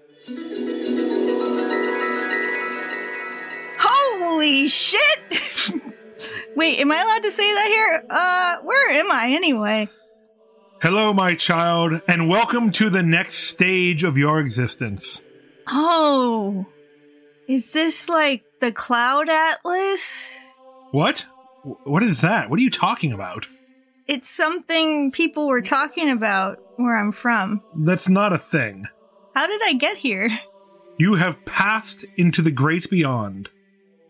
Wait, am I allowed to say that here? Uh, where am I anyway? Hello, my child, and welcome to the next stage of your existence. Oh, is this like the Cloud Atlas? What? Wh- What is that? What are you talking about? It's something people were talking about where I'm from. That's not a thing. How did I get here? You have passed into the great beyond.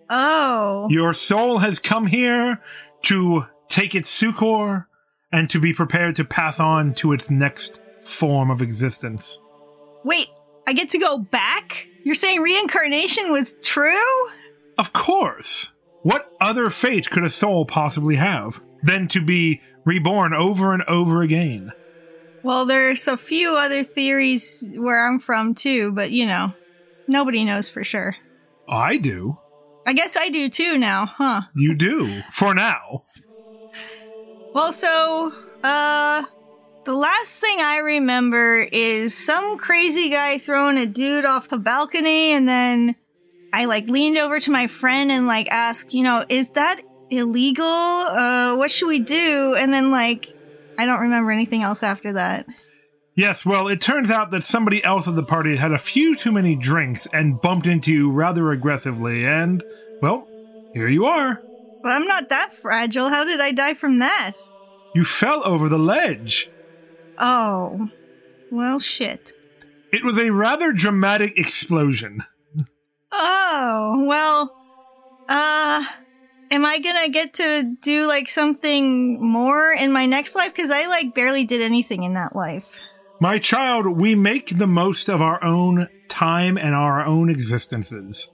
Oh, Your soul has come here to take its succor and to be prepared to pass on to its next form of existence. wait, I get to go back? You're saying reincarnation was true? Of course! What other fate could a soul possibly have than to be reborn over and over again? Well, there's a few other theories where I'm from too, but you know, nobody knows for sure. I do. I guess I do too now, huh? You do. For now. Well, so, uh, the last thing I remember is some crazy guy throwing a dude off a balcony, and then I like leaned over to my friend and like asked, you know, is that illegal? Uh, what should we do? And then like, I don't remember anything else after that. Yes, well, it turns out that somebody else at the party had a few too many drinks and bumped into you rather aggressively, and, well, here you are. But I'm not that fragile. How did I die from that? You fell over the ledge. Oh, well, shit. It was a rather dramatic explosion. Oh, well, uh, am I gonna get to do like something more in my next life? Because I like barely did anything in that life. My child, we make the most of our own time and our own existences.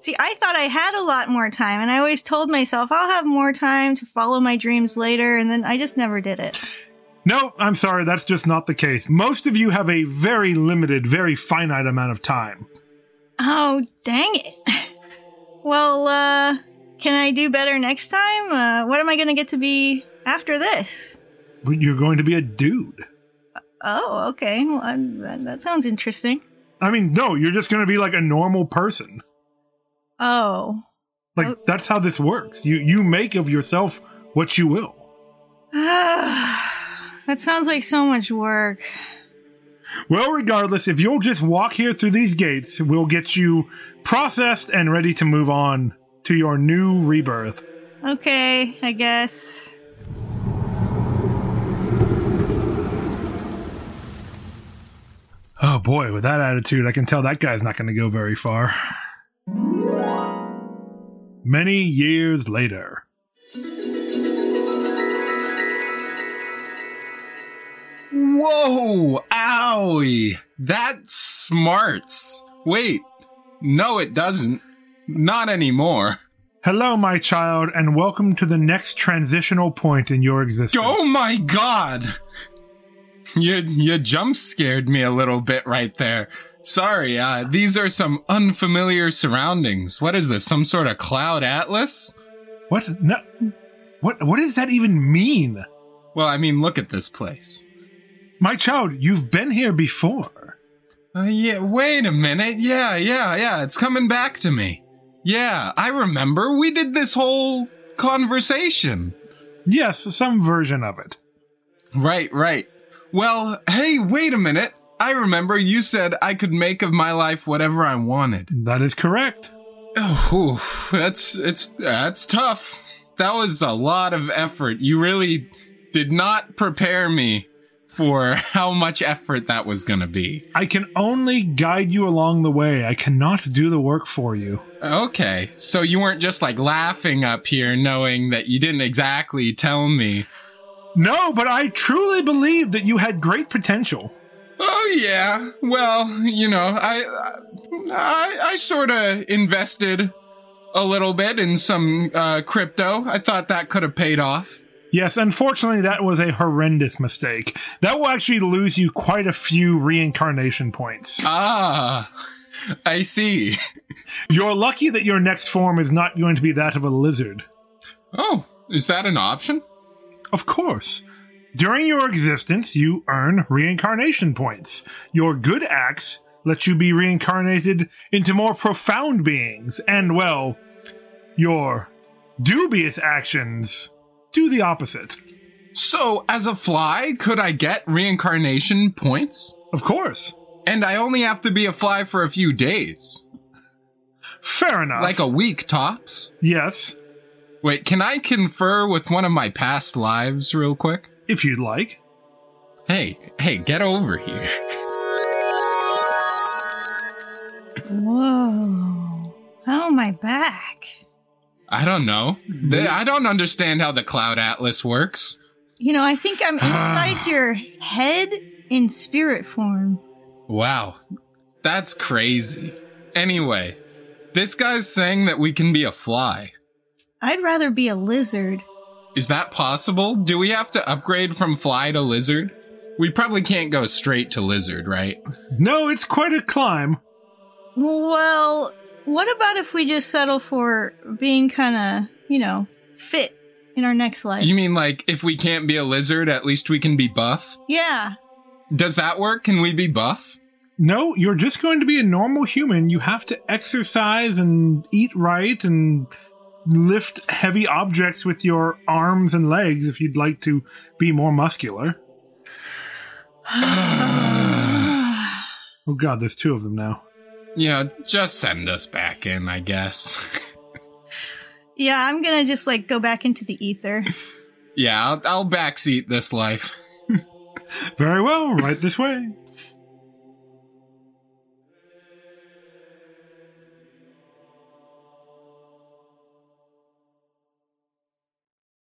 See, I thought I had a lot more time, and I always told myself I'll have more time to follow my dreams later, and then I just never did it. No, I'm sorry, that's just not the case. Most of you have a very limited, very finite amount of time. Oh, dang it. Well, uh, can I do better next time? Uh, what am I gonna get to be after this? But you're going to be a dude. Oh, okay. Well, i that, that sounds interesting. I mean, no, you're just going to be like a normal person. Oh. Like Oh. that's how this works. You you make of yourself what you will. that sounds like so much work. Well, regardless, if you'll just walk here through these gates, we'll get you processed and ready to move on to your new rebirth. Okay, I guess. Oh boy, with that attitude, I can tell that guy's not going to go very far. Many years later. Whoa! Owie! That smarts. Wait. No, it doesn't. Not anymore. Hello, my child, and welcome to the next transitional point in your existence. Oh my god! You you jump scared me a little bit right there. Sorry, uh, these are some unfamiliar surroundings. What is this? Some sort of cloud atlas? What? No. What? What does that even mean? Well, I mean, look at this place. My child, you've been here before. Uh, yeah, wait a minute. Yeah, yeah, yeah. It's coming back to me. Yeah, I remember. We did this whole conversation. Yes, some version of it. Right, right. Well, hey, wait a minute. I remember you said I could make of my life whatever I wanted. That is correct. Oh, oof, that's it's that's tough. That was a lot of effort. You really did not prepare me for how much effort that was going to be. I can only guide you along the way. I cannot do the work for you. Okay, so you weren't just like laughing up here, knowing that you didn't exactly tell me. No, but I truly believe that you had great potential. Oh yeah, well, you know, I I, I sort of invested a little bit in some uh, crypto. I thought that could have paid off. Yes, unfortunately, that was a horrendous mistake. That will actually lose you quite a few reincarnation points. Ah, I see. You're lucky that your next form is not going to be that of a lizard. Oh, is that an option? Of course. During your existence, you earn reincarnation points. Your good acts let you be reincarnated into more profound beings, and, well, your dubious actions do the opposite. So, as a fly, could I get reincarnation points? Of course. And I only have to be a fly for a few days. Fair enough. Like a week tops. yes, Wait, can I confer with one of my past lives real quick? if you'd like. Hey, hey, get over here. Whoa. Oh, my back. I don't know. Th- I don't understand how the Cloud Atlas works. You know, I think I'm inside your head in spirit form. Wow, that's crazy. Anyway, this guy's saying that we can be a fly. I'd rather be a lizard. Is that possible? Do we have to upgrade from fly to lizard? We probably can't go straight to lizard, right? No, it's quite a climb. Well, what about if we just settle for being kind of, you know, fit in our next life? You mean like if we can't be a lizard, at least we can be buff? yeah. Does that work? Can we be buff? No, you're just going to be a normal human. You have to exercise and eat right and lift heavy objects with your arms and legs if you'd like to be more muscular. Oh god, there's two of them now. Yeah, just send us back in, I guess. yeah, I'm going to just like go back into the ether. yeah, I'll, I'll backseat this life. Very well, right this way.